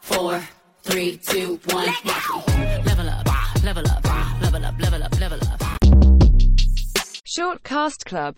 four, three, two, one. Level up, level up, level up, level up, level up. Shortcast Club.